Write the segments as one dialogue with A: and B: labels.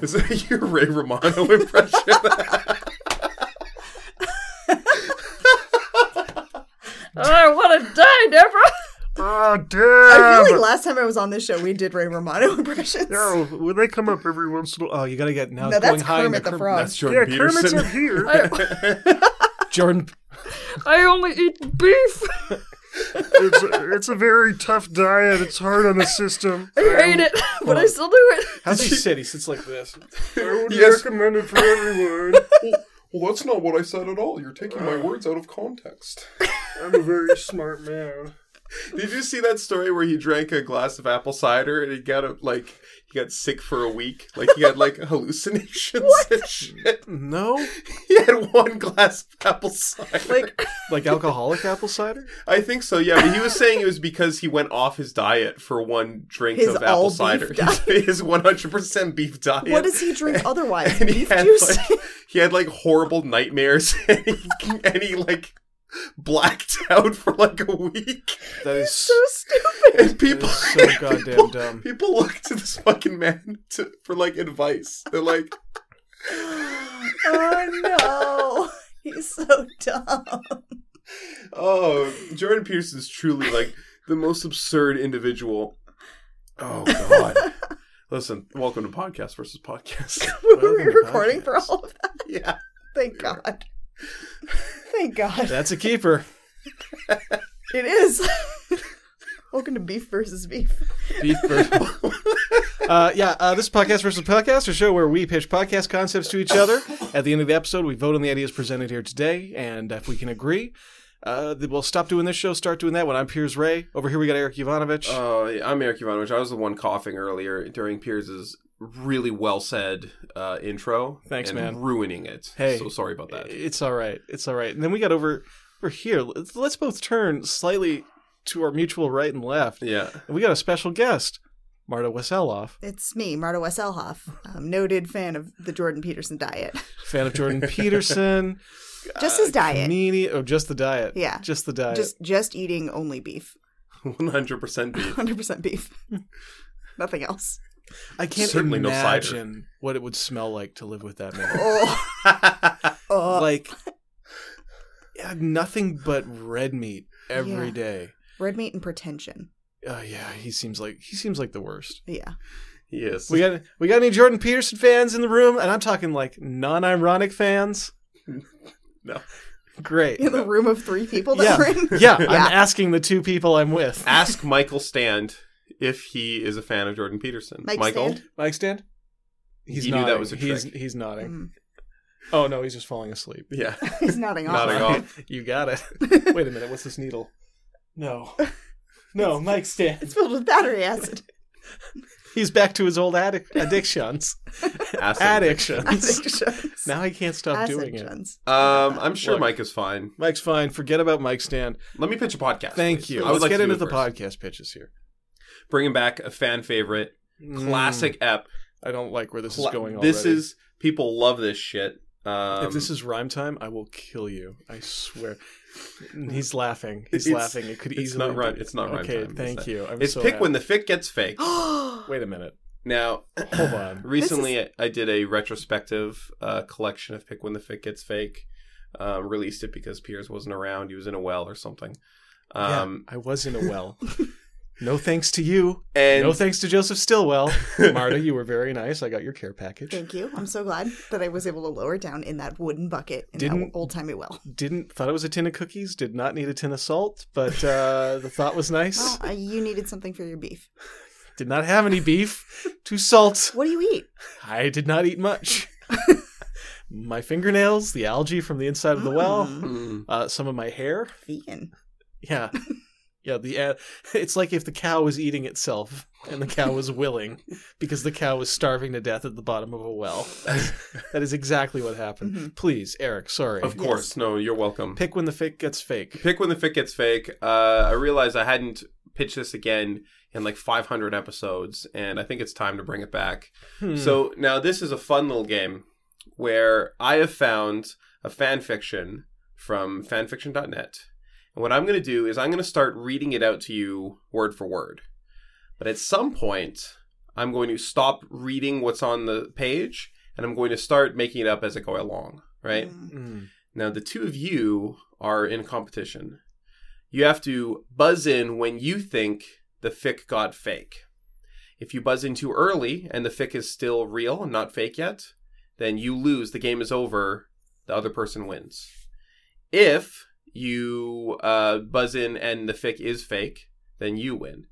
A: Is that your Ray Romano impression?
B: I want to die, Deborah.
C: Oh, damn!
D: I feel like last time I was on this show, we did Ray Romano impressions.
C: no, when they come up every once in a while, oh, you gotta get now.
D: No,
C: it's going
D: that's
C: high in
D: Kermit the
C: Kerm-
D: Frog.
A: That's
C: Yeah,
A: Jordan
C: Kermit's
A: Peterson.
C: up here.
A: Jordan.
B: I only eat beef.
C: it's, a, it's a very tough diet. It's hard on the system.
B: I hate it, but I still do it.
C: How's he sit? He sits like this. I would
A: Yes.
C: recommend it for everyone.
A: Well, that's not what I said at all. You're taking my words out of context.
C: I'm a very smart man.
A: Did you see that story where he drank a glass of apple cider and he got a, like he got sick for a week? Like he had like hallucinations and shit.
C: No,
A: He had one glass of apple cider.
D: Like,
C: like alcoholic apple cider.
A: I think so, yeah. But he was saying it was because he went off his diet for one drink
D: His
A: of apple
D: all-beef
A: cider.
D: diet.
A: His 100% beef diet.
D: what does he drink otherwise?
A: and he
D: Beef
A: had,
D: juice?
A: like, he had like horrible nightmares and he, and he like blacked out for like a week.
C: That is
D: so stupid.
A: And people
C: so goddamn
A: people,
C: dumb.
A: People look to this fucking man to, for like advice. They're like,
D: Oh, no. He's so dumb.
A: "Oh, Jordan Peterson's truly like the most absurd individual." Oh god. Listen, welcome to podcast versus podcast.
D: Were we
C: to
D: recording for
C: podcast.
D: all of that?
A: yeah.
D: Thank God. Thank God.
C: that's a keeper.
D: It is. Welcome to Beef versus Beef.
C: Beef burger. uh, yeah, uh, this is Podcast versus Podcast, a show where we pitch podcast concepts to each other. At the end of the episode, we vote on the ideas presented here today, and if we can agree, uh, then we'll stop doing this show, start doing that one. I'm Piers Ray. Over here, we got Eric Ivanovich.
A: Uh, I'm Eric Ivanovich. I was the one coughing earlier during Piers's really well said uh, intro.
C: Thanks,
A: and
C: man.
A: Ruining it.
C: Hey.
A: so sorry about that.
C: it's all right. It's all right. And then we got over over here. Let's, let's both turn slightly to our mutual right and left.
A: Yeah.
C: And we got a special guest, Marta Weseloff,
D: It's me, Marta Wesselhoff, um, noted fan of the Jordan Peterson diet.
C: fan of Jordan Peterson.
D: Just his diet.
C: Meanie, oh, just the diet.
D: Yeah.
C: Just the diet.
D: Just just eating only beef.
A: 100% beef.
D: 100% beef. Nothing else.
C: I can't
A: Certainly no cider.
C: imagine what it would smell like to live with that man.
D: Oh, oh.
C: like, yeah, nothing but red meat every
D: Yeah.
C: day.
D: red meat and pretension.
C: Oh yeah, he seems like he seems like the worst.
D: Yeah.
A: yes.
C: We got we got any Jordan Peterson fans in the room? And I'm talking like non-ironic fans.
A: No.
C: Great.
D: In the room of three people that
C: Yeah.
D: were in.
C: Yeah, I'm asking the two people I'm with.
A: Ask Michael Stand if he is a fan of Jordan Peterson.
D: Mike
A: Michael,
D: Stand?
C: Mike Stand. He's
A: You knew
C: nodding.
A: that was a
C: he's
A: trick.
C: he's nodding.
D: Mm.
C: Oh no, he's just falling asleep.
A: yeah,
D: He's nodding off.
A: nodding off.
C: You got it. Wait a minute, what's this needle? No. No, Mike Stan.
D: It's filled with battery acid.
C: He's back to his old addic- addictions.
A: Acid
C: addictions.
D: Addictions.
C: now he can't stop doing it.
D: Addictions.
A: Um, I'm sure
C: Look.
A: Mike is fine.
C: Mike's fine. Forget about Mike Stan.
A: Let me pitch a podcast.
C: Thank
A: please.
C: you.
A: I would
C: Let's
A: like
C: get
A: to do
C: into
A: it
C: the
A: first.
C: podcast pitches here.
A: Bringing back a fan favorite, classic ep.
C: I don't like where Mm. this
A: Mm. Cla-
C: is going. Already.
A: this is people love this shit. Um,
C: if this is rhyme time, I will kill you. I swear. He's laughing. He's
A: It's-
C: laughing. It could
A: it's
C: easily.
A: not rhyme-
C: be-
A: it's not rhyme
C: Okay,
A: time, is
C: thank
A: that-
C: you. I'm
A: it's
C: so
A: pick
C: happy.
A: when the fit gets fake.
C: Wait a minute.
A: Now,
C: Hold on.
A: recently I did a retrospective uh, collection of pick when the fit gets fake. Um, released it because Piers wasn't around. He was in a well or something. Um,
C: yeah, I was in a well. no thanks to you.
A: And
C: no thanks to Joseph Stillwell. Marta, you were very nice. I got your care package.
D: Thank you. I'm so glad that I was able to lower it down in that wooden bucket in that
C: Didn't-
D: old timey well.
C: Didn't thought it was a tin of cookies. Did not need a tin of salt, but uh, the thought was nice.
A: Ah.
D: Well, uh, you needed something for your beef.
C: Did not have any beef. Too salt.
D: What do you eat?
C: I did not eat much. my fingernails, the algae from the inside of the well,
A: Mm.
C: uh, some of my hair.
D: Vegan.
C: Yeah, yeah. The uh, it's like if the cow was eating itself and the cow was willing because the cow was starving to death at the bottom of a well. That's, that is exactly what happened.
D: Mm-hmm.
C: Please, Eric. Sorry.
A: of course, no, you're welcome.
C: Pick when the fake gets fake.
A: pick when the fit gets fake. Uh, I realized I hadn't pitched this again in like 500 episodes, and I think it's time to bring it back.
C: Hmm.
A: So now this is a fun little game where I have found a fan fiction from fanfiction.net, and what I'm going to do is I'm going to start reading it out to you word for word. But at some point, I'm going to stop reading what's on the page and I'm going to start making it up as I go along,
D: Hmm.
A: right?
C: Mm.
A: Now, the two of you are in competition. You have to buzz in when you think the fic got fake. If you buzz in too early and the fic is still real and not fake yet, then you lose. The game is over. The other person wins. If you uh, buzz in and the fic is fake, then you win.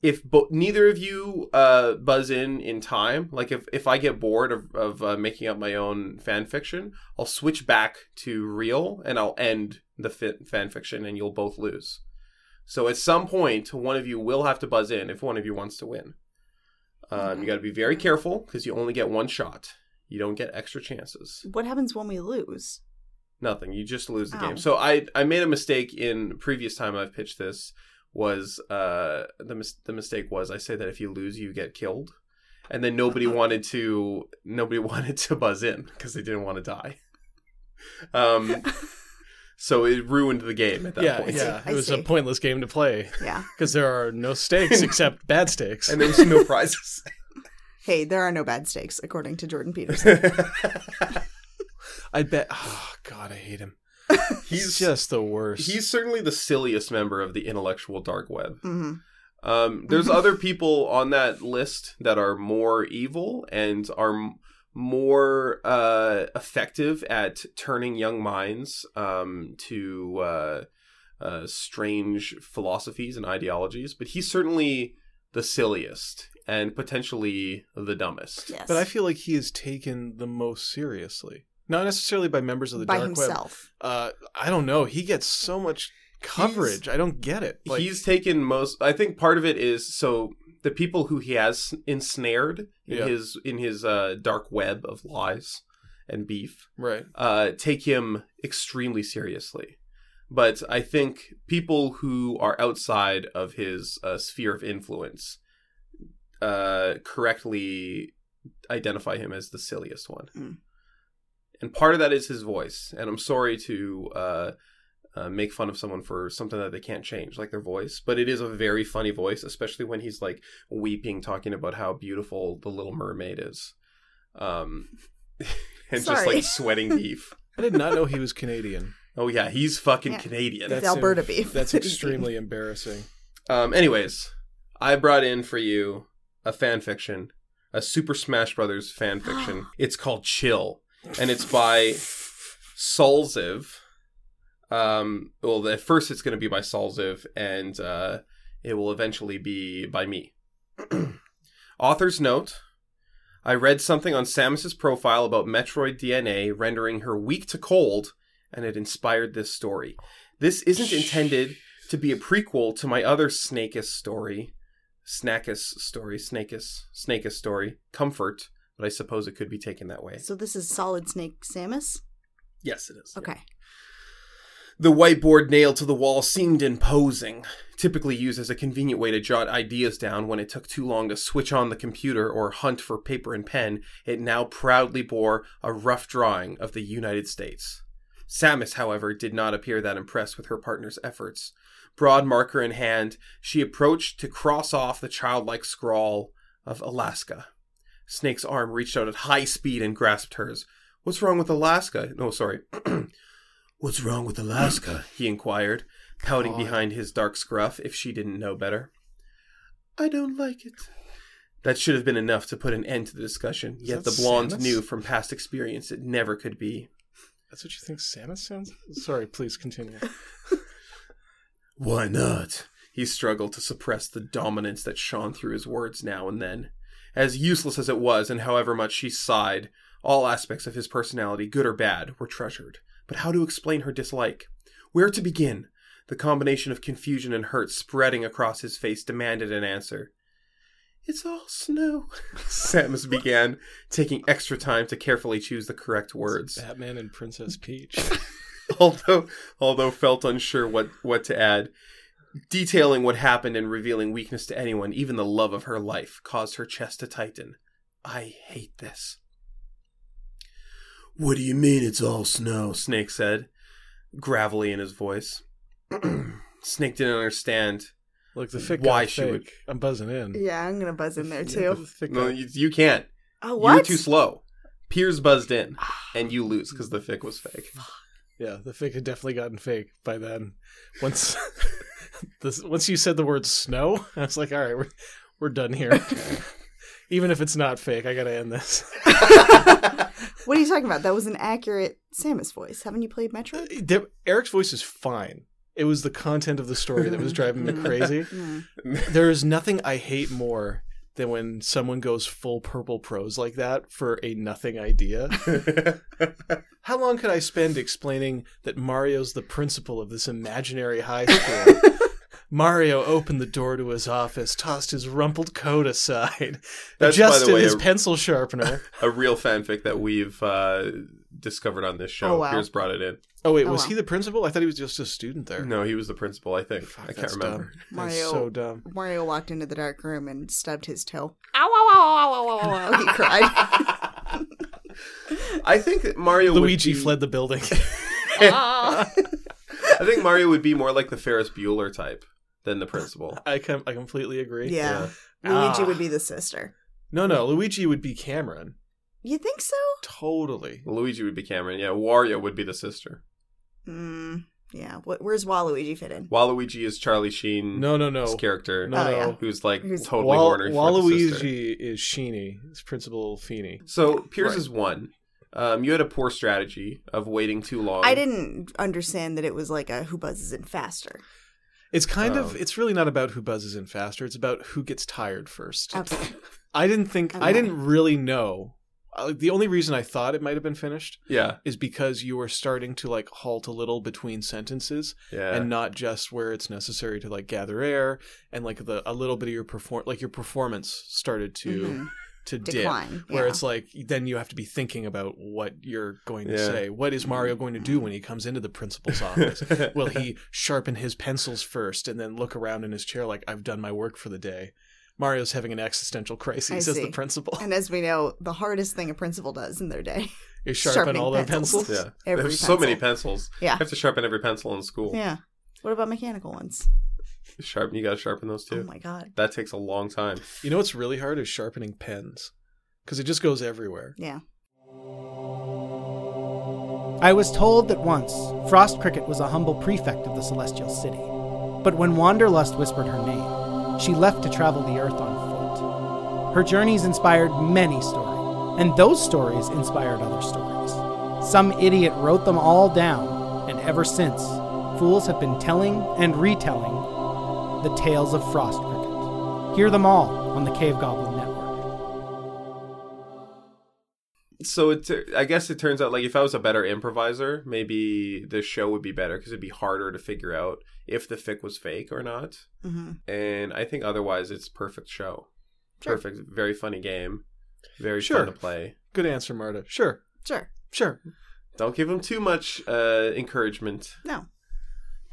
A: If bo- neither of you uh, buzz in in time, like if, if I get bored of, of uh, making up my own fan fiction, I'll switch back to real and I'll end the fi- fan fiction and you'll both lose. So at some point, one of you will have to buzz in if one of you wants to win. Um, you got to be very careful because you only get one shot. You don't get extra chances.
D: What happens when we lose?
A: Nothing. You just lose the
D: Ow.
A: game. So I I made a mistake in previous time I've pitched this was uh the mis- the mistake was I said that if you lose you get killed, and then nobody wanted to nobody wanted to buzz in because they didn't want to die. Um, so it ruined the game at that
C: yeah,
A: point.
C: yeah.
D: I
C: It was a
D: see.
C: pointless game to play
D: Yeah.
C: because there are no stakes except bad stakes.
A: And there was no prizes.
D: Hey, there are no bad stakes, according to Jordan Peterson.
C: I bet. Oh, God, I hate him. He's
A: he's
C: just the worst.
A: he's certainly the silliest member of the intellectual dark web.
D: hmm
A: Um, there's other people on that list that are more evil and are m- more uh, effective at turning young minds um, to uh, uh, strange philosophies and ideologies. But he's certainly the silliest and potentially the dumbest.
D: Yes.
C: but I feel like he is taken the most seriously. Not necessarily by members of the
D: by
C: dark web.
D: himself.
C: Uh, I don't know. He gets so much coverage. I don't get it. Like,
A: he's taken most. I think part of it is so the people who he has ensnared in
C: Yeah.
A: his in his uh, dark web of lies and beef.
C: right.
A: uh, take him extremely seriously. But I think people who are outside of his uh, sphere of influence uh, correctly identify him as the silliest one.
D: Mm.
A: And part of that is his voice. And I'm sorry to uh, uh, make fun of someone for something that they can't change, like their voice. But it is a very funny voice, especially when he's like weeping, talking about how beautiful the Little Mermaid is, um, and just
D: Sorry.
A: like sweating beef.
C: I did not know he was Canadian.
A: Oh yeah, he's fucking
D: Yeah.
A: Canadian.
C: That's
D: It's
C: him.
D: Alberta beef.
C: That's
D: that he's
C: extremely embarrassing.
A: Um, anyways, I brought in for you a fan fiction, a Super Smash Brothers fan fiction. it's called Chill, and it's by Solziv. Um, well, at first it's going to be by Solziv, and uh, it will eventually be by me. Author's note. I read something on Samus's profile about Metroid DNA rendering her weak to cold, and it inspired this story. This isn't intended to be a prequel to my other Snakeus story, Snackus story, Snakeus, Snakeus story, Comfort, but I suppose it could be taken that way.
D: eating. So this is Solid Snake Samus?
A: Yes, it is.
D: Okay.
A: The whiteboard nailed to the wall seemed imposing, typically used as a convenient way to jot ideas down when it took too long to switch on the computer or hunt for paper and pen. It now proudly bore a rough drawing of the United States. Samus, however, did not appear that impressed with her partner's efforts. Broad marker in hand, she approached to cross off the childlike scrawl of Alaska. Snake's arm reached out at high speed and grasped hers. What's wrong with Alaska? No, sorry. What's wrong with Alaska? he inquired, pouting
C: God.
A: behind his dark scruff if she didn't know better. I don't like it. That should have been enough to put an end to the discussion,
C: Is
A: yet the
C: that
A: blonde
C: Samus?
A: knew from past experience it never could be.
C: That's what you think Samus sounds? Sorry, please continue.
A: Why not? He struggled to suppress the dominance that shone through his words now and then. As useless as it was, and however much she sighed, all aspects of his personality, good or bad, were treasured. But how to explain her dislike? Where to begin? The combination of confusion and hurt spreading across his face demanded an answer. It's all snow, Samus began, taking extra time to carefully choose the correct words
C: Batman and Princess Peach.
A: although although felt unsure what what to add detailing what happened and revealing weakness to anyone even the love of her life caused her chest to tighten i hate this what do you mean it's all snow snake said gravelly in his voice snake didn't understand
C: Look, the thick.
A: Why
C: guy's
A: she would-
C: fake. I'm buzzing in.
D: Yeah, I'm gonna buzz in there
C: Yeah,
D: too.
C: the thick
A: No,
C: guy.
A: you, you can't.
D: Oh,
A: You were
D: what? Ah.
A: too slow. Piers buzzed in, and you lose because the fic was fake.
C: Yeah, the fake had definitely gotten fake by then. Once this, once you said the word snow, I was like, all right, we're we're done here. Even if it's not fake, I gotta end this.
D: What are you talking about? That was an accurate Samus voice. Haven't you played Metro?
C: The- Eric's voice is fine. It was the content of the story that was driving me crazy. There is nothing I hate more than when someone goes full purple prose like that for a nothing idea. How long could I spend explaining that Mario's the principal of this imaginary high school? Mario opened the door to his office, tossed his rumpled coat aside,
A: That's, by the
C: adjusted
A: way,
C: his
A: a-
C: pencil sharpener.
A: A real fanfic that we've uh, discovered on this show.
D: Oh, wow.
A: Piers brought it in.
C: Oh wait,
D: Oh,
C: was
D: wow.
C: he the principal? I thought he was just a student there.
A: No, he was the principal. I think. I can't
C: That's
A: remember.
C: Dumb.
D: Mario.
C: That's so dumb.
D: Mario walked into the dark room and stubbed his toe.
B: Ow, ow, ow, ow, ow, ow, ow,
D: Oh, he cried.
A: I think that Mario
C: Luigi
A: would be,
C: fled the building.
B: Ah.
A: I think Mario would be more like the Ferris Bueller type than the principal.
C: I com- I completely agree.
D: yeah. Luigi
C: Ah.
D: would be the sister.
C: No, no, Luigi would be Cameron.
D: You think so?
C: Totally.
A: Luigi would be Cameron. Yeah, Wario would be the sister.
D: Mm, yeah. What, where's Waluigi fit in?
A: Waluigi is Charlie Sheen.
C: No, no, no.
A: character.
C: No,
D: Oh,
C: no.
D: yeah.
A: Who's like
D: Who's-
A: totally
C: Wal-
A: ornery for the sister.
C: Waluigi is Sheeny. It's Principal Feeny.
A: So Piers
C: Right.
A: is one. Um, you had a poor strategy of waiting too long.
D: I didn't understand that it was like a who buzzes in faster.
C: It's kind
A: Oh.
C: of. It's really not about who buzzes in faster. It's about who gets tired first.
D: Okay.
C: I didn't think.
D: Okay.
C: I didn't really know. Uh, the only reason I thought it might have been finished
A: Yeah,
C: is because you were starting to like halt a little between sentences
A: yeah.
C: and not just where it's necessary to like gather air and like the a little bit of your perform like your performance started to
D: Mhm.
C: to dip.
D: Decline.
C: where
D: yeah.
C: it's like then you have to be thinking about what you're going to
A: Yeah.
C: say. What is Mario going to do when he comes into the principal's office? Will he sharpen his pencils first and then look around in his chair like I've done my work for the day? Mario's having an existential
D: I
C: crisis as the
D: see.
C: principal.
D: And as we know, the hardest thing a principal does in their day
C: Is sharpen all their pencils.
A: pencils. Yeah.
D: Every
A: There's so
D: pencil.
A: many pencils.
D: Yeah.
A: You have to sharpen every pencil in school.
D: Yeah. What about mechanical ones?
A: Sharpen. You got to sharpen those too.
D: Oh my god.
A: that takes a long time.
C: You know what's really hard is sharpening pens because it just goes everywhere.
D: Yeah.
E: I was told that once Frost Cricket was a humble prefect of the Celestial City, but when Wanderlust whispered her name, she left to travel the earth on foot. Her journeys inspired many stories, and those stories inspired other stories. Some idiot wrote them all down, and ever since, fools have been telling and retelling the tales of Frost Cricket. Hear them all on the Cave Goblin Network.
A: So it, I guess it turns out like if I was a better improviser, maybe the show would be better because it'd be harder to figure out if the fic was fake or not.
D: hmm
A: And I think otherwise, it's perfect show.
D: Sure.
A: Perfect. Very funny game. Very
C: Sure.
A: fun to play.
C: Good answer, Marta. Sure,
D: Sure.
C: sure.
A: Don't give him too much uh, encouragement.
D: No.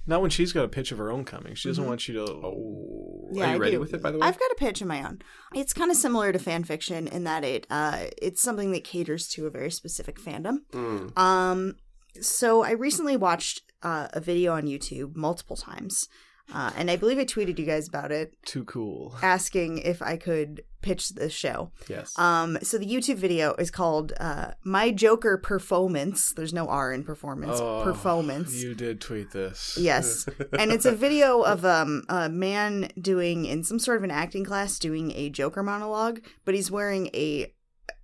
C: Not when she's got a pitch of her own coming. She
D: Mm-hmm.
C: doesn't want you to.
A: Oh,
D: Yeah,
A: are you
D: I
A: ready
D: do.
A: with it? By the way,
D: I've got a pitch of my own. It's kind of similar to fan fiction in that it uh, it's something that caters to a very specific fandom.
A: Mm.
D: Um, so I recently watched uh, a video on YouTube multiple times, uh, and I believe I tweeted you guys about it,
C: Too cool.
D: asking if I could pitch the show.
A: yes.
D: Um, so the YouTube video is called uh, "My Joker Performance." There's no R in performance.
C: Oh,
D: performance.
C: You did tweet this.
D: Yes. And it's a video of um, a man doing in some sort of an acting class doing a Joker monologue, but he's wearing a,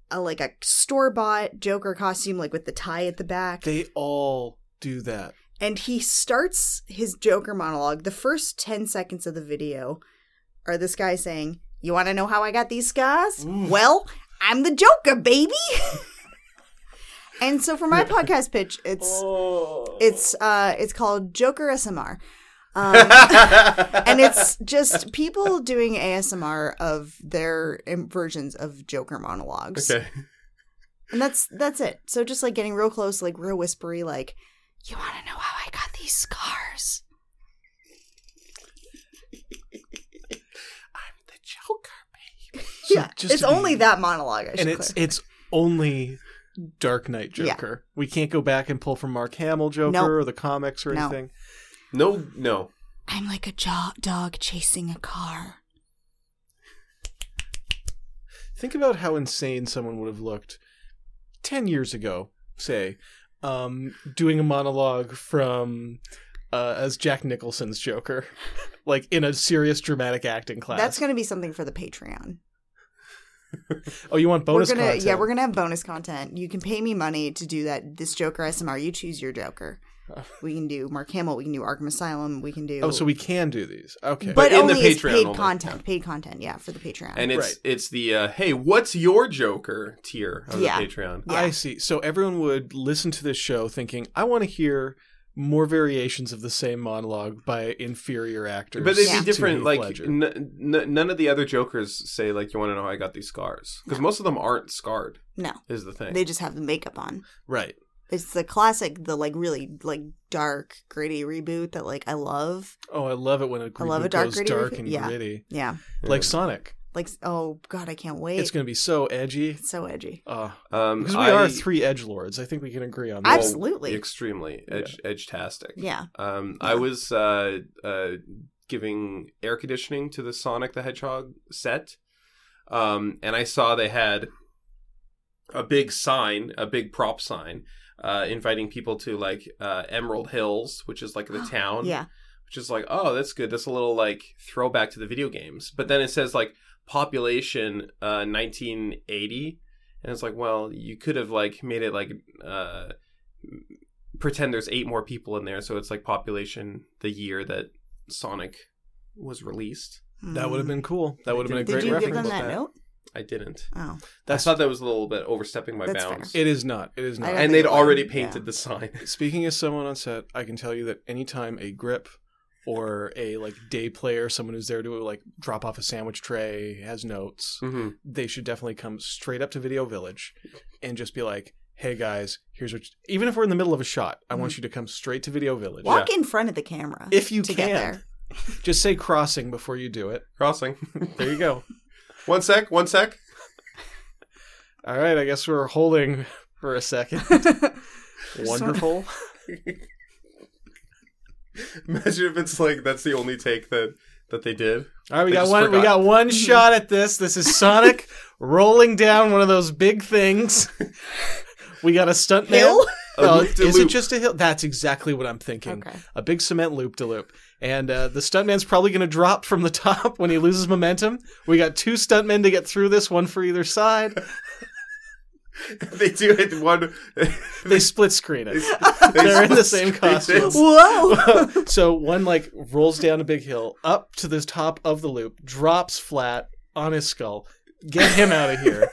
D: a like a store bought Joker costume, like with the tie at the back.
C: They all do that.
D: And he starts his Joker monologue. The first 10 seconds of the video are this guy saying, You want to know how I got these scars? Well, I'm the Joker, baby. and so for my podcast pitch, it's
A: Oh.
D: it's uh it's called Joker SMR. Um, and it's just people doing ASMR of their um, versions of Joker monologues
A: okay.
D: and that's that's it. So just like getting real close, like real whispery, like you want to know how I got these scars?
A: I'm the Joker.
C: So
D: yeah,
C: just
D: it's
C: to be-
D: only that monologue. I should
C: and it's
D: clear.
C: it's only Dark Knight
D: Yeah.
C: Joker. We can't go back and pull from Mark Hamill Joker
D: Nope.
C: or the comics or
D: No.
C: anything.
A: No, no.
D: I'm like a jo- dog chasing a car.
C: Think about how insane someone would have looked 10 years ago, say, um, doing a monologue from uh, as Jack Nicholson's Joker, like in a serious dramatic acting class.
D: That's going to be something for the Patreon.
C: oh, you want bonus
D: we're gonna,
C: content?
D: Yeah, we're going to have bonus content. You can pay me money to do that. This Joker SMR, you choose your Joker. We can do Mark Hamill. We can do Arkham Asylum. We can do.
C: Uh. Oh, so we can do these. Okay.
D: but,
A: But in the
D: only it's
A: Patreon
D: paid
A: only.
D: content. Paid content, yeah, for the Patreon.
A: And it's
C: Right.
A: it's the uh, hey, what's your Joker tier on
D: Yeah.
A: the Patreon?
D: Yeah.
C: I see. So everyone would listen to this show thinking, I want to hear more variations of the same monologue by inferior actors.
A: But they'd be
D: Yeah.
C: to
A: different.
C: Heath
A: Like
C: Ledger.
A: n- n- none of the other Jokers say like you want to know how I got these scars because most of them aren't scarred.
D: no,
A: Is the thing.
D: they just have the makeup on.
C: right.
D: It's the classic, the like really like dark, gritty reboot that like I love.
C: Oh, I love it when a
D: I
C: group
D: love a dark,
C: goes
D: gritty
C: dark
D: review.
C: and
D: Yeah.
C: gritty,
D: Yeah,
C: like Sonic.
D: like oh god, I can't wait.
C: It's going to be so edgy.
D: It's so edgy.
C: Uh,
A: um,
C: because we
A: I-
C: are three edge lords. I think we can agree on that.
D: Abs- Absolutely.
A: extremely edge edge-tastic.
D: Yeah.
A: Um, I was uh, uh, giving air conditioning to the Sonic the Hedgehog set, um, and I saw they had a big sign, a big prop sign, uh, inviting people to like uh, Emerald Hills, which is like the town.
D: Yeah.
A: Which is like, oh, that's good. That's a little like throwback to the video games. But then it says like population uh, 1980, and it's like, well, you could have like made it like. Uh, pretend there's eight more people in there, so it's like population the year that Sonic was released.
C: that would have been cool. That would have been a
D: Mm. Did
C: great
D: you
C: reference.
D: give them
A: about
D: that,
A: that.
D: note?
A: I didn't.
D: Oh,
C: That's
A: I thought that was a little bit overstepping my
D: That's
A: bounds.
C: it. Is not. It is
D: I
C: not.
D: don't
A: and
D: think
A: they'd
D: it would,
A: already
D: yeah.
A: painted the sign.
C: Speaking as someone on set, I can tell you that anytime a grip or a like day player, someone who's there to like drop off a sandwich tray, has notes,
A: Mhm.
C: they should definitely come straight up to Video Village and just be like, "Hey guys, here's what." you-" Even if we're in the middle of a shot, I want you to come straight to Video Village.
D: walk in front of the camera
C: If you
D: to
C: can.
D: get there.
C: Just say crossing before you do it.
A: Crossing.
C: There you go.
A: one sec, one sec.
C: All right, I guess we're holding for a second. Wonderful.
A: Imagine if it's like that's the only take that that they did.
C: All right, we
A: They
C: got
A: just
C: one. We
A: forgot. Mm-hmm.
C: got one shot at this. This is Sonic rolling down one of those big things. We got a stunt
D: Hill?
A: A
C: No,
A: loop-de-loop.
C: is it just a hill? That's exactly what I'm thinking.
D: Okay.
C: A big cement loop de loop, and uh, the stuntman's probably going to drop from the top when he loses momentum. We got two stuntmen to get through this, one for either side.
A: they do it one.
C: They split screen it.
A: they
C: They're in the same costumes.
D: Whoa!
C: so one like rolls down a big hill up to the top of the loop, drops flat on his skull. Get him out of here.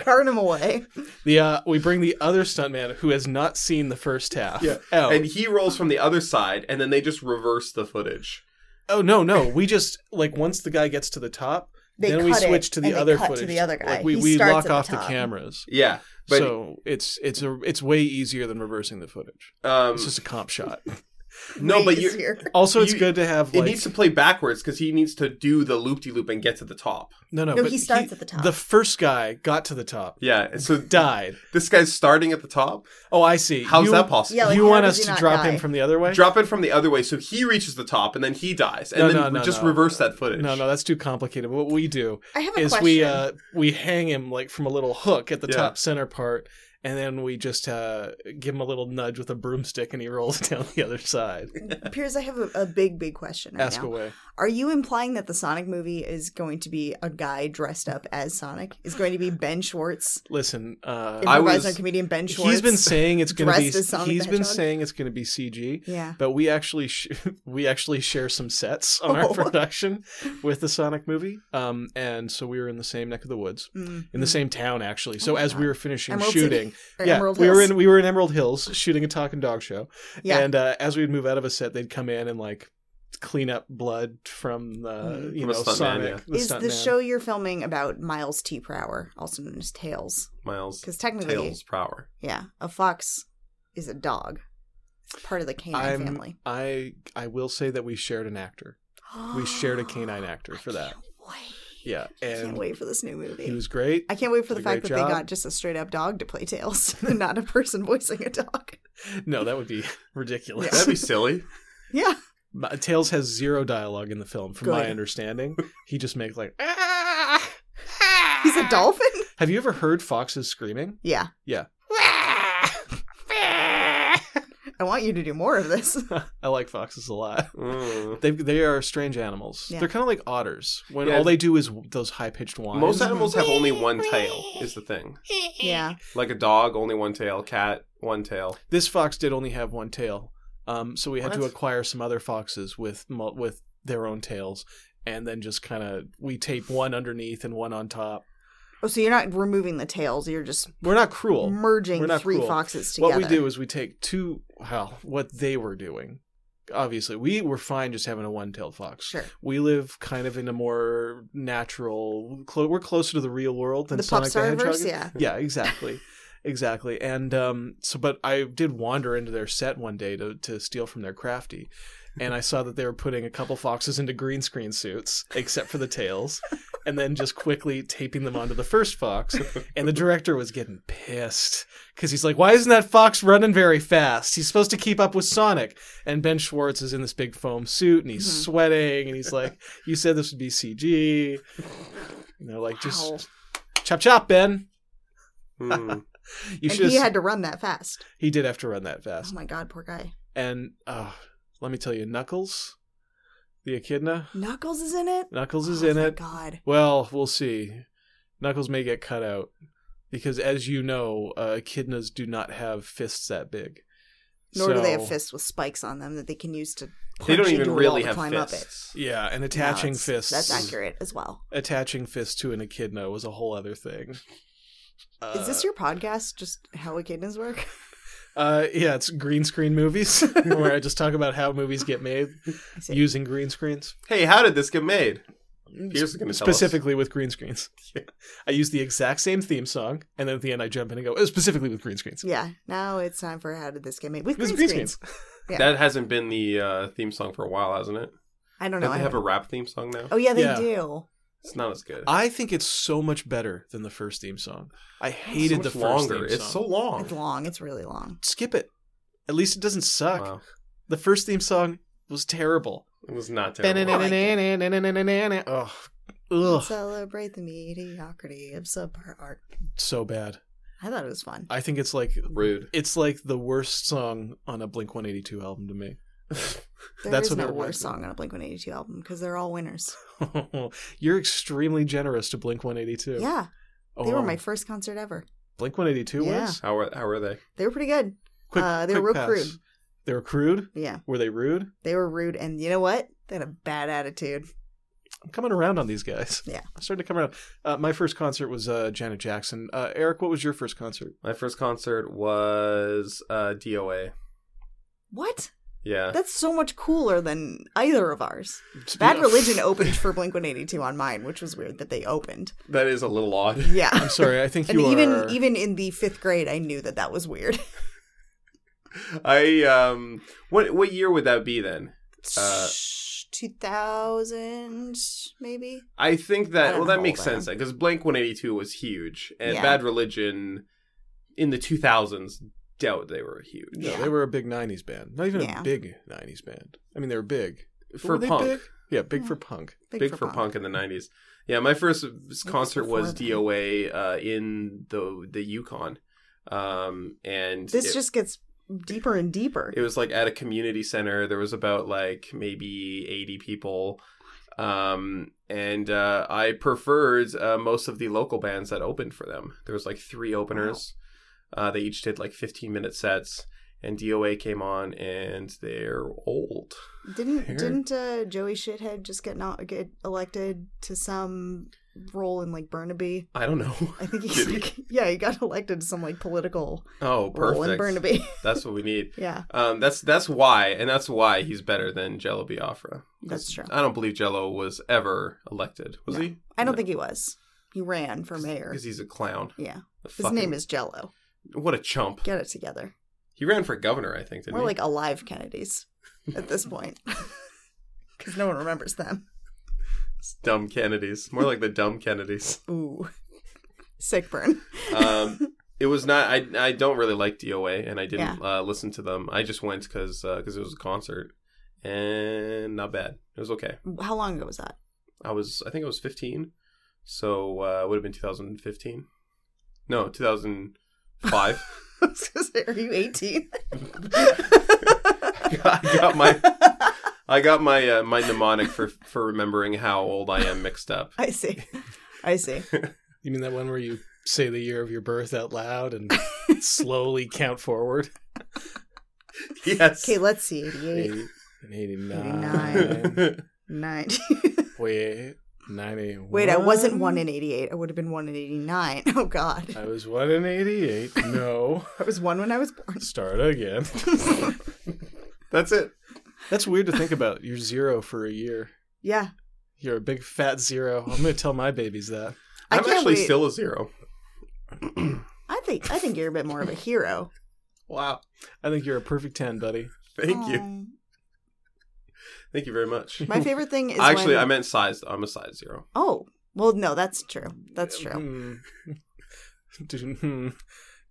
D: Turn him away.
C: The uh, we bring the other stuntman who has not seen the first half. Oh.
A: Yeah.
C: Out.
A: And he rolls from the other side, and then they just reverse the footage.
C: oh no, no. We just like once the guy gets to the top,
D: They
C: then we
D: cut it,
C: switch to the
D: and they
C: other
D: cut to
C: footage.
D: the other guy.
C: Like, we
D: He
C: we
D: starts
C: lock
D: at the
C: off the,
D: top.
C: cameras.
A: Yeah, but
C: so it's it's a it's way easier than reversing the footage.
A: um,
C: It's just a comp shot.
A: no, but
D: He's
A: you
D: here.
C: Also, it's
A: You-
C: good to have
A: it
C: like
A: needs to play backwards because he needs to do the loop de loop and get to the top.
C: no no.
D: No,
C: but
D: he starts at the top.
C: The first guy got to the top,
A: Yeah. So
C: died.
A: this guy's starting at the top.
C: Oh, I see.
A: How's
C: You-
A: that possible?
D: Yeah, like,
C: you
D: how
C: want
D: does
C: us
D: he
C: to
D: not
C: drop
D: die?
C: him from the other way?
A: Drop it from the other way so he reaches the top and then he dies. And
C: No,
A: then
C: no, no,
A: re- just
C: no.
A: reverse that footage.
C: No, no, that's too complicated. What we do
D: I have a
C: is
D: question.
C: we uh we hang him like from a little hook at the
A: Yeah.
C: top center part, and then we just uh give him a little nudge with a broomstick, and he rolls down the other side.
D: Piers, I have a, a big, big question right
C: uh, Ask
D: now.
C: away.
D: Are you implying that the Sonic movie is going to be a guy dressed up as Sonic? Is going to be Ben Schwartz,
C: Listen, uh,
A: I was-
D: improviser and comedian Ben Schwartz?
C: he's been saying it's gonna be
D: dressed as Sonic the
C: he's been
D: Hedgehog?
C: saying it's gonna be CG.
D: Yeah.
C: But we actually sh- we actually share some sets on
D: Oh.
C: our production with the Sonic movie, um, and so we were in the same neck of the woods, in the same town actually. So as we were finishing
D: Oh, Emerald City.
C: shooting,
D: Mm. Or
C: yeah,
D: Emerald
C: we were
D: Hills.
C: in we were in Emerald Hills shooting a talking dog show,
D: Yeah.
C: and uh, as we'd move out of a set, they'd come in and like clean up blood from the you
A: Mm, From a
C: know
A: stuntman,
C: Sonic
A: yeah.
C: the
D: is the
C: stuntman.
D: show you're filming about Miles T. Per hour, also known as Tails?
A: Miles.
D: 'Cause technically-
A: Tails per hour.
D: Yeah, a fox is a dog. It's part of the canine
C: I'm-
D: family.
C: I I will say that we shared an actor. We shared a canine actor for that.
D: Wait,
C: Yeah,
D: I can't
C: and
D: wait for this new movie.
C: he was great.
D: I can't wait for
C: Did
D: the
C: a
D: fact that
C: great
D: they
C: job.
D: got just a straight up dog to play Tails and not a person voicing a dog.
C: No, that would be ridiculous.
A: That'd be silly.
D: Yeah.
C: But Tails has zero dialogue in the film, from my
D: Good.
C: understanding. He just makes like, "Ah, ah."
D: He's a dolphin?
C: Have you ever heard foxes screaming?
D: Yeah.
C: Yeah.
D: I want you to do more of this.
C: I like foxes a lot.
A: Mm.
C: They they are strange animals.
D: Yeah.
C: They're kind of like otters. When
A: Yeah.
C: all they do is w- those high pitched whines.
A: Most animals have only one tail. Is the thing
D: yeah.
A: like a dog, only one tail. Cat, one tail.
C: this fox did only have one tail, um, so we had to
A: What?
C: acquire some other foxes with mul- with their own tails, and then just kind of we tape one underneath and one on top.
D: Oh, so you're not removing the tails. You're just
C: We're not cruel.
D: merging
C: We're not
D: three
C: cruel.
D: foxes together.
C: What we do is we take two. Well, what they were doing, obviously, we were fine just having a one-tailed fox.
D: Sure.
C: We live kind of in a more natural. Clo- we're closer to the real world than
D: The
C: Sonic the
D: Popstar
C: Hedgehog.
D: verse,
C: is.
D: yeah.
C: yeah, exactly, exactly. And um, so, but I did wander into their set one day to to steal from their crafty. And I saw that they were putting a couple foxes into green screen suits, except for the tails, and then just quickly taping them onto the first fox. And the director was getting pissed because he's like, "Why isn't that fox running very fast? He's supposed to keep up with Sonic." And Ben Schwartz is in this big foam suit and he's
D: Mhm.
C: sweating, and he's like, "You said this would be CG." And they're like,
D: Wow.
C: "Just chop chop, Ben.
A: Mm.
C: You
D: and
C: should."
D: he
C: He,
D: had to run that fast.
C: he did have to run that
D: Oh
C: fast,
D: my god, poor guy.
C: and uh, let me tell you, Knuckles, the echidna,
D: Knuckles is in it.
C: Knuckles is
D: oh
C: in
D: my
C: it.
D: God.
C: Well, we'll see. Knuckles may get cut out because, as you know, uh, echidnas do not have fists that big.
D: Nor do they have
C: So-
D: fists with spikes on them that they can use to.
A: They
D: punch
A: don't
D: into
A: even
D: a wall
A: really
D: to
A: have
D: climb up it.
A: fists.
C: Yeah, and
D: No,
C: attaching
D: it's-
C: fists.
D: That's accurate as well.
C: Attaching fists to an echidna was a whole other thing.
D: is this your podcast? Just how echidnas work?
C: Uh, yeah, it's green screen movies where I just talk about how movies get made
D: I see.
C: using green screens,
A: Hey, how did this get made?
D: Mm,
A: Here's gonna tell us.
C: specifically with green screens. I use the exact same theme song, and then at the end I jump in and go "Oh, specifically with green screens.
D: yeah. Now it's time for how did this get made with
C: With
D: green,
C: green
D: screens? Yeah.
A: That hasn't been the uh, theme song for a while, hasn't it?
D: I don't
A: Don't
D: know. I
A: they have a
D: haven't-
A: rap theme song now?
D: Oh yeah, they
C: Yeah.
D: do.
A: It's not as good.
C: I think it's so much better than the first theme song. I
A: It's so
C: hated
A: much
C: the first
A: longer.
C: theme
A: It's
C: song.
A: so long.
D: It's long. It's really long.
C: skip it. At least it doesn't suck.
A: Wow.
C: The first theme song was terrible.
A: It was not terrible.
C: Oh, ugh,
D: Celebrate the mediocrity of subpar art.
C: so bad.
D: I thought it was fun.
C: I think it's like
A: Rude.
C: it's like the worst song on a Blink 182 album to me.
D: There
C: That's
D: is
C: what
D: no
C: it was.
D: worst song on a Blink 182 album because they're all winners.
C: You're extremely generous to Blink 182.
D: Yeah,
C: Oh,
D: they were my first concert ever.
C: Blink 182
D: Yeah.
C: was.
A: How are how are they?
D: They were pretty good.
C: Quick,
D: Uh, they were
C: quick
D: real
C: pass.
D: crude.
C: They were crude.
D: Yeah,
C: Were they rude?
D: they were rude, and you know what? They had a bad attitude.
C: I'm coming around on these guys.
D: Yeah.
C: I'm starting to come around. Uh, my first concert was uh, Janet Jackson. Uh, Eric, what was your first concert?
A: My first concert was uh, DOA.
D: What?
C: Uh.
A: Yeah.
D: That's so much cooler than either of ours. Bad Religion opened for Blink 182 on mine, which was weird that they opened.
A: That is a little odd.
D: Yeah.
C: I'm sorry. I think
D: And
C: you
D: even
C: are.
D: even in the fifth grade, I knew that that was weird.
A: I um what what year would that be then? Uh,
D: 2000, maybe?
A: I think
D: I
A: that
D: don't
A: well
D: know
A: that makes
D: about
A: sense then cuz Blank 182 was huge and
D: Yeah.
A: Bad Religion in the 2000s doubt they were huge.
C: No,
D: Yeah.
C: they were a big '90s band. Not even
D: Yeah.
C: a big '90s band. I mean, they were big
A: For
C: Were they
A: punk.
C: big?
A: Big,
C: Yeah, big for punk.
A: for punk. in the 90s. Yeah, my first concert was
D: before
A: DOA uh, in the the Yukon. Um and
D: This
A: it-
D: just gets deeper and deeper.
A: It was like at a community center. There was about like maybe 80 people. Um, and uh, I preferred uh, most of the local bands that opened for them. There was like three openers. Uh, they each did like 15 minute sets. And DOA came on, and they're old.
D: didn't
A: Fair.
D: didn't uh, Joey Shithead just get not get elected to some role in like Burnaby?
A: I don't know.
D: I think he's
A: Did he?
D: like, yeah, he got elected to some like political
A: Oh,
D: role in
A: perfect.
D: Burnaby.
A: That's what we need.
D: yeah,
A: Um, that's that's why, and that's why he's better than Jello Biafra. 'Cause
D: That's true.
A: I don't believe Jello was ever elected. Was
D: No.
A: he?
D: I don't think he was. He ran for mayor.
A: because he's a clown.
D: Yeah,
A: A
D: his
A: fucking-
D: name is Jello.
A: What a chump.
D: Get it together.
A: He ran for governor, I think, didn't
D: We're
A: he?
D: like alive Kennedys at this point, because no one remembers them.
A: dumb Kennedys. More like the dumb Kennedys.
D: Ooh, sick burn.
A: Um, it was not. I I don't really like DOA, and I didn't
D: Yeah.
A: uh, listen to them. I just went because because it was a concert, and not bad. It was okay.
D: How long ago was that?
A: I was, I think I was 15, so uh, it would have been 2015. No, 2005.
D: I was gonna say, are you 18?
A: I got my, I got my uh, my mnemonic for for remembering how old I am mixed up.
D: I see. I see.
C: You mean that one where you say the year of your birth out loud and slowly count forward?
A: Yes.
D: Okay, let's see. 88,
C: 80, 89.
D: 89. 90.
C: Wait, 91.
D: Wait, I wasn't one in 88. I would have been one in 89. Oh, God.
A: Uh,
C: I was one in 88. No.
D: I was one when I was born.
C: Start again.
A: That's it.
C: That's weird to think about. You're zero for a year.
D: Yeah.
C: You're a big fat zero. I'm going to tell my babies that.
D: I
A: I'm
D: can't
A: actually
D: wait.
A: still a zero.
D: I think I think you're a bit more of a hero.
A: Wow.
C: I think you're a perfect 10, buddy.
A: Thank you.
D: Um,
A: Thank you very much.
D: My favorite thing is
A: Actually,
D: when-
A: I meant size. I'm a size zero.
D: Oh, well, no, that's true. That's true.
C: Hmm. Dude, hmm.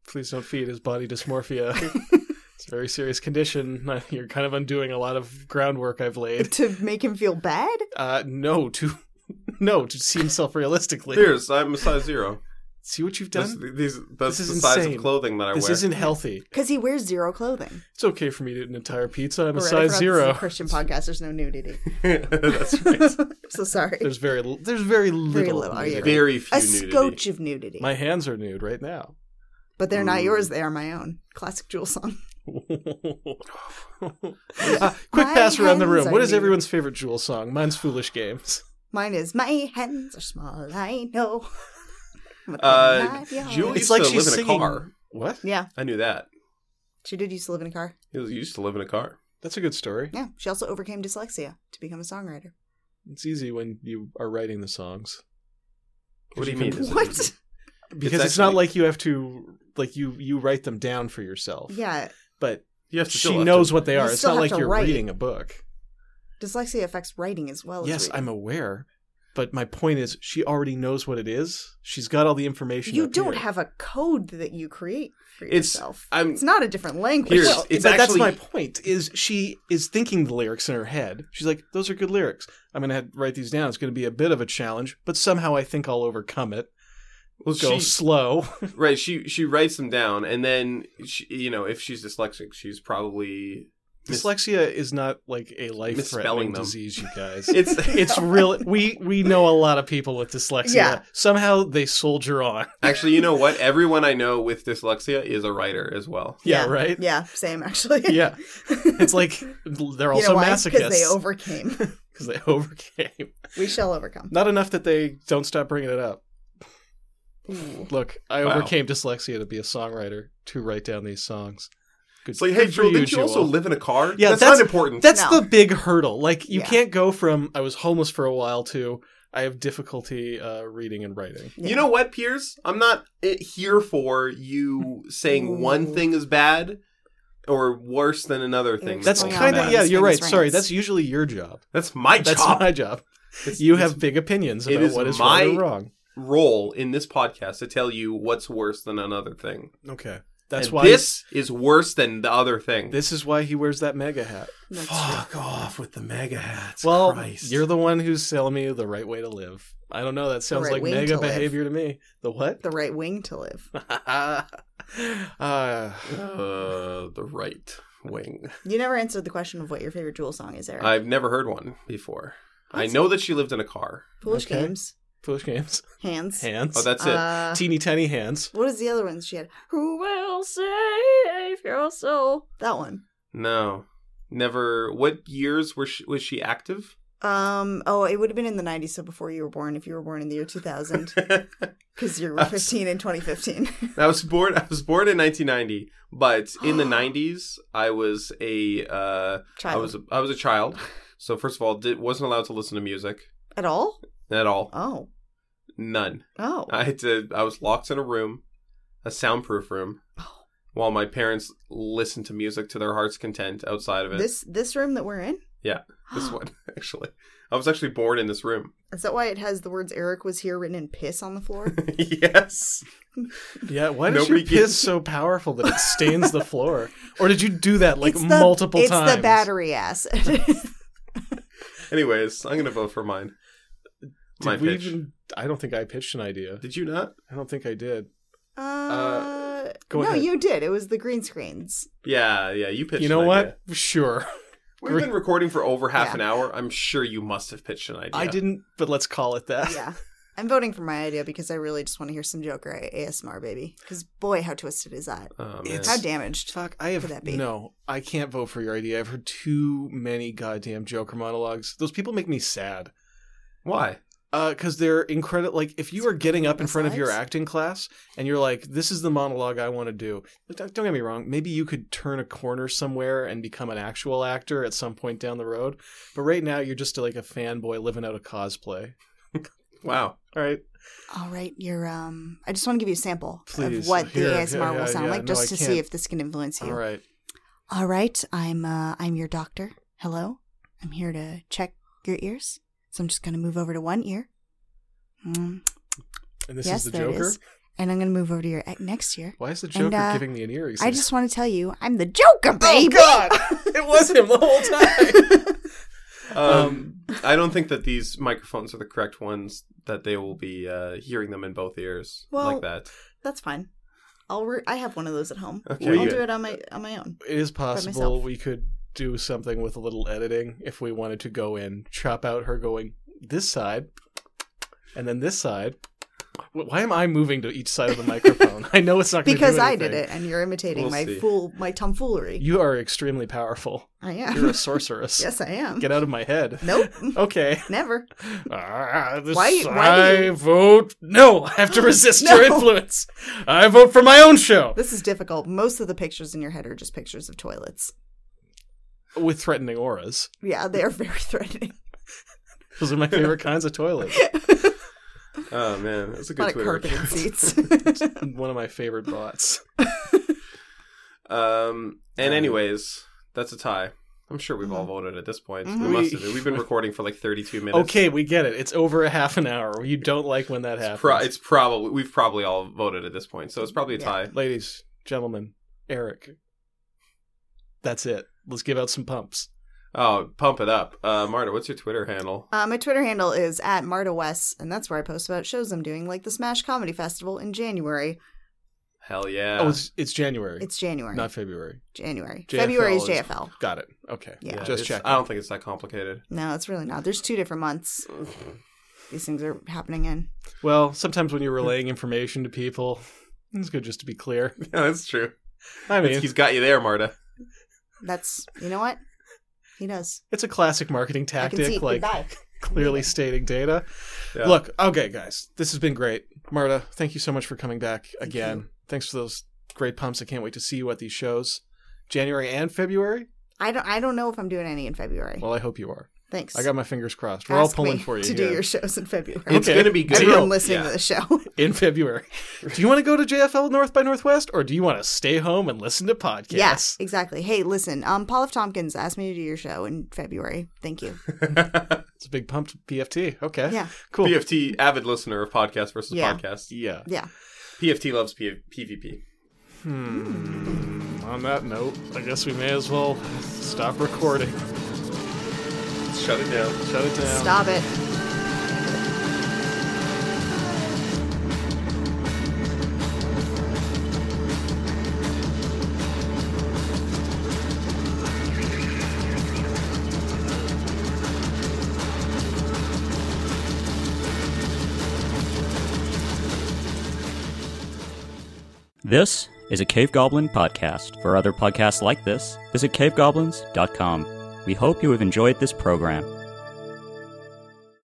C: Please don't feed his body dysmorphia. it's a very serious condition. You're kind of undoing a lot of groundwork I've laid.
D: to make him feel bad?
C: Uh, no, to no, to see himself realistically.
A: Here's I'm a size zero.
C: See what you've
A: That's,
C: done.
A: these, that's
C: This
A: the
C: is
A: size
C: insane.
A: of clothing that I
C: This
A: wear.
C: isn't healthy.
D: Because he wears zero clothing.
C: It's okay for me to eat an entire pizza. I'm a
D: All right, I
C: size
D: forgot this is
C: zero.
D: a Christian podcast. There's no nudity.
A: that's right.
D: I'm so sorry.
C: There's very l- there's very little.
D: little, oh,
C: nudity.
D: yeah.
A: Very few
D: A
A: nudity.
D: scotch of nudity,
C: My hands are nude right now.
D: but they're not
A: Mm.
D: yours. They are my own. Classic Jewel song.
C: Uh, quick
D: My
C: pass around the
D: hands
C: room.
D: are
C: What is
D: nude.
C: everyone's favorite Jewel song? Mine's "Foolish Games."
D: Mine is my hands are small. I know. But they're
A: Uh,
D: not yours.
A: Julie
C: It's
A: used
C: like
A: to
C: she's
A: live in a
C: singing-
A: car.
C: What?
D: Yeah,
A: I knew that.
D: she did used to live in a car.
A: He was- used to live in a car.
C: That's a good story.
D: Yeah, she also overcame dyslexia to become a songwriter.
C: It's easy when you are writing the songs
A: What do you
C: you
A: mean? is it
D: What?
A: easy?
C: because it's,
A: It's
C: not
A: actually-
C: like you have to like you you write them down for yourself.
D: Yeah,
C: but
A: You have to still
C: she
A: have
C: knows
A: to-
C: what they
D: You
C: are. It's
D: still
C: not like
D: have to
C: you're
D: write.
C: reading a book.
D: dyslexia affects writing as well.
C: yes,
D: as reading.
C: I'm aware, but my point is, she already knows what it is. She's got all the information.
D: You
C: up
D: don't
C: here.
D: have a code that you create for
A: It's-
D: yourself.
A: I'm-
D: it's not a different language.
A: Here's-
C: Well,
A: it's
C: but
A: actually-
C: that's my point. Is she is thinking the lyrics in her head? She's like, "Those are good lyrics. I'm gonna have- write these down. It's gonna be a bit of a challenge, but somehow I think I'll overcome it.
A: Well,
C: Go
A: she,
C: slow."
A: right. She she writes them down, and then she, you know if she's dyslexic, she's probably mis-
C: Dyslexia is not like a life-threatening
A: Misspelling them.
C: disease, you guys.
A: It's
C: it's real. We we know a lot of people with dyslexia.
D: Yeah.
C: Somehow they soldier on.
A: actually you know what? Everyone I know with dyslexia is a writer as well.
C: Yeah, right.
D: Yeah, same actually.
C: Yeah. It's like they're
D: you
C: also
D: know why?
C: masochists
D: Because they overcame.
C: 'Cause they overcame.
D: we shall overcome.
C: Not enough that they don't stop bringing it up. Look, I
A: Wow.
C: overcame dyslexia to be a songwriter to write down these songs. Good
A: It's like,
C: good
A: hey, Joel, didn't you also
C: Jewel.
A: live in a car?
C: Yeah,
A: that's,
C: that's-
A: not important.
C: That's
D: No.
C: the big hurdle. Like you
D: Yeah.
C: can't go from I was homeless for a while to I have difficulty uh, reading and writing.
D: Yeah.
A: You know what, Piers? I'm not eh, here for you saying one
D: Ooh.
A: thing is bad or worse than another thing.
C: That's
D: Going on
C: kind of
D: about
C: yeah.
D: these
C: You're right.
D: things
C: Sorry,
D: rants.
C: that's usually your job.
A: That's my
C: That's
A: job.
C: my job.
A: It's-
C: You
A: it's
C: have big opinions
A: it
C: about
A: is
C: what is
A: my-
C: right or wrong.
A: role in this podcast to tell you what's worse than another thing.
C: Okay, that's
A: And
C: why
A: this is worse than the other thing.
C: This is why he wears that mega hat.
D: That's
A: Fuck off with the mega hats.
C: Well,
A: Christ.
C: you're the one who's telling me the right way to live. I don't know. That sounds
D: right
C: like
D: way
C: mega
D: to live.
C: behavior to me. The what?
D: the right wing to live.
C: uh,
A: uh, the right wing.
D: You never answered the question of what your favorite Jewel song is, Eric.
A: I've never heard one before. I
D: That's-
A: know that she lived in a car.
D: Foolish
C: okay.
D: Games,
C: push games,
D: Hands.
C: hands.
A: Oh, that's it.
D: Uh,
C: teeny tiny hands.
D: what is the other one she had?
B: Who will save your soul?
D: That one.
A: No, never. What years were she, was she active?
D: Um. Oh, it would have been in the '90s, so before you were born. If you were born in the year 2000,
A: I
D: because you were
A: That's-
D: 15 in 2015.
A: was born. I was born in 1990, but in the 90s, I was a uh, I
D: Child.
A: was a, I was a child. So first of all, did, wasn't allowed to listen to music
D: At all?
A: at all.
D: Oh.
A: None.
D: Oh.
A: I had to. I was locked in a room, a soundproof room, while my parents listened to music to their heart's content outside of it.
D: This this room that we're in.
A: Yeah, this one actually. I was actually born in this room.
D: Is that why it has the words Eric was here written in piss on the floor?
A: yes.
C: Yeah, why is your
A: Nobody
C: piss
A: gets-
C: so powerful that it stains the floor? Or did you do that like
D: It's the-
C: multiple
D: it's
C: times?
D: the battery acid.
A: Anyways, I'm gonna vote for mine.
C: Did
A: My
C: we
A: pitch.
C: even? I don't think I pitched an idea.
A: Did you not?
C: I don't think I did.
D: uh,
A: Uh,
C: go
D: no,
C: ahead.
D: you did. It was the green screens.
A: Yeah, yeah. You pitched.
C: you know
A: an
C: what?
A: idea.
C: Sure,
A: We've been recording for over half
D: Yeah.
A: an hour. I'm sure you must have pitched an idea.
C: I didn't, but let's call it that.
D: Yeah. I'm voting for my idea because I really just want to hear some Joker ASMR, baby. Because boy, how twisted is that?
A: Oh, man.
C: It's-
D: How damaged?
C: Fuck, I have
D: Could that be?
C: no. I can't vote for your idea. I've heard too many goddamn Joker monologues. Those people make me sad.
A: Why?
C: because they're incredible. Like if you are getting up in front of your
D: Besides-
C: acting class and you're like, "This is the monologue I want to do," don't don't get me wrong. Maybe you could turn a corner somewhere and become an actual actor at some point down the road. But right now, you're just like a fanboy living out a cosplay.
A: Wow.
C: All right,
D: All right, you're. Um, I just want to give you a sample
C: Please,
D: of what
C: here,
D: the
C: yeah,
D: ASMR
C: yeah,
D: will sound
C: yeah.
D: like,
C: No,
D: just
C: I
D: to
C: can't.
D: see if this can influence you.
C: all right.
D: All right, I'm uh, I'm your doctor. Hello, I'm here to check your ears. So I'm just gonna move over to one ear. Mm,
C: And this
D: yes,
C: is the
D: there it
C: Joker.
D: is. And I'm gonna move over to your e- next ear.
C: Why is the Joker
D: And, uh,
C: giving me an ear?
D: I just want to tell you, I'm the
C: Oh,
D: Joker, baby.
C: it was him the whole time.
A: Um, I don't think that these microphones are the correct ones. That they will be uh, hearing them in both ears
D: Well-
A: like that.
D: That's fine. I'll. Re- I have one of those at home.
A: Okay,
D: I'll
A: good.
D: do it on my on my own.
C: it is possible
D: myself.
C: we could do something with a little editing if we wanted to go in chop out her going this side and then this side Wh- why am i moving to each side of the microphone i know it's not gonna do
D: Because I did
C: anything.
D: it, and you're imitating
A: We'll
D: my
A: see.
D: fool, my tomfoolery.
C: you are extremely powerful
D: I
C: you're
D: am.
C: a sorceress
D: yes, I am.
C: get out of my head
D: Nope,
C: okay
D: never.
C: Ah, this-
D: Why- why do
C: i
D: you-
C: vote no i have to resist your
D: No.
C: influence i vote for my own show
D: This is difficult. Most of the pictures in your head are just pictures of toilets.
C: with threatening auras
D: Yeah, they are very threatening.
C: those are my favorite kinds of toilets
A: Oh man, that's a
D: A
A: good
D: lot of
A: Twitter account.
D: carpeted seats.
C: one of my favorite bots
A: Um, and
C: Um,
A: anyways, that's a tie. I'm sure we've all
D: Mhm.
A: voted at this point. We must have. We've been recording for like 32 minutes.
C: Okay, we get it. It's over a half an hour. You don't like when that happens.
A: Pro- it's probably we've probably all voted at this point, so it's probably a tie.
C: Ladies, gentlemen, Eric. That's it. Let's give out some pumps.
A: Oh, pump it up, uh, Marta. What's your Twitter handle?
D: uh, my Twitter handle is at Marta West, and that's where I post about shows I'm doing, like the Smash Comedy Festival in January.
A: Hell yeah!
C: Oh, it's, it's January.
D: It's January.
C: not February.
D: January.
C: JFL
D: February is
C: is-
D: JFL.
C: Got it. Okay.
D: Yeah.
A: Yeah,
C: Just
A: it's-
C: check.
A: I don't think it's that complicated.
D: No, it's really not. There's two different months. These things are happening in.
C: Well, sometimes when you're relaying information to people, it's good just to be clear.
A: Yeah, that's true.
C: I mean,
A: He's got you there, Marta.
D: That's you know what he does.
C: it's a classic marketing
D: I can see
C: tactic,
D: it.
C: like
D: Goodbye.
C: clearly stating data.
A: Yeah.
C: Look, okay, guys, this has been great. Marta, thank you so much for coming back again. Thanks for those great pumps. I can't wait to see you at these shows, January and February.
D: I don't. I don't know if I'm doing any in February.
C: Well, I hope you are.
D: Thanks.
C: I got my fingers crossed. We're all
D: Ask
C: pulling
D: me
C: for you
D: to
C: here
D: do your shows in February.
A: It's
C: Okay.
A: gonna be good.
D: Everyone listening
A: Yeah.
D: to the show.
C: in February. do you want to go to JFL North by Northwest, or do you want to stay home and listen to podcasts?
D: Yes, exactly. Hey, listen, um, Paul F. Tompkins asked me to do your show in February. Thank you.
C: it's a big pump to PFT. Okay,
D: Yeah.
C: cool.
A: PFT, avid listener of podcast versus
D: Yeah.
A: podcast.
C: yeah.
D: Yeah.
A: PFT loves P- PvP.
C: On that note, I guess we may as well stop recording.
A: Shut it down.
C: Shut it down.
D: Stop it.
F: This is a Cave Goblin podcast. For other podcasts like this, visit cavegoblins.com. We hope you have enjoyed this program.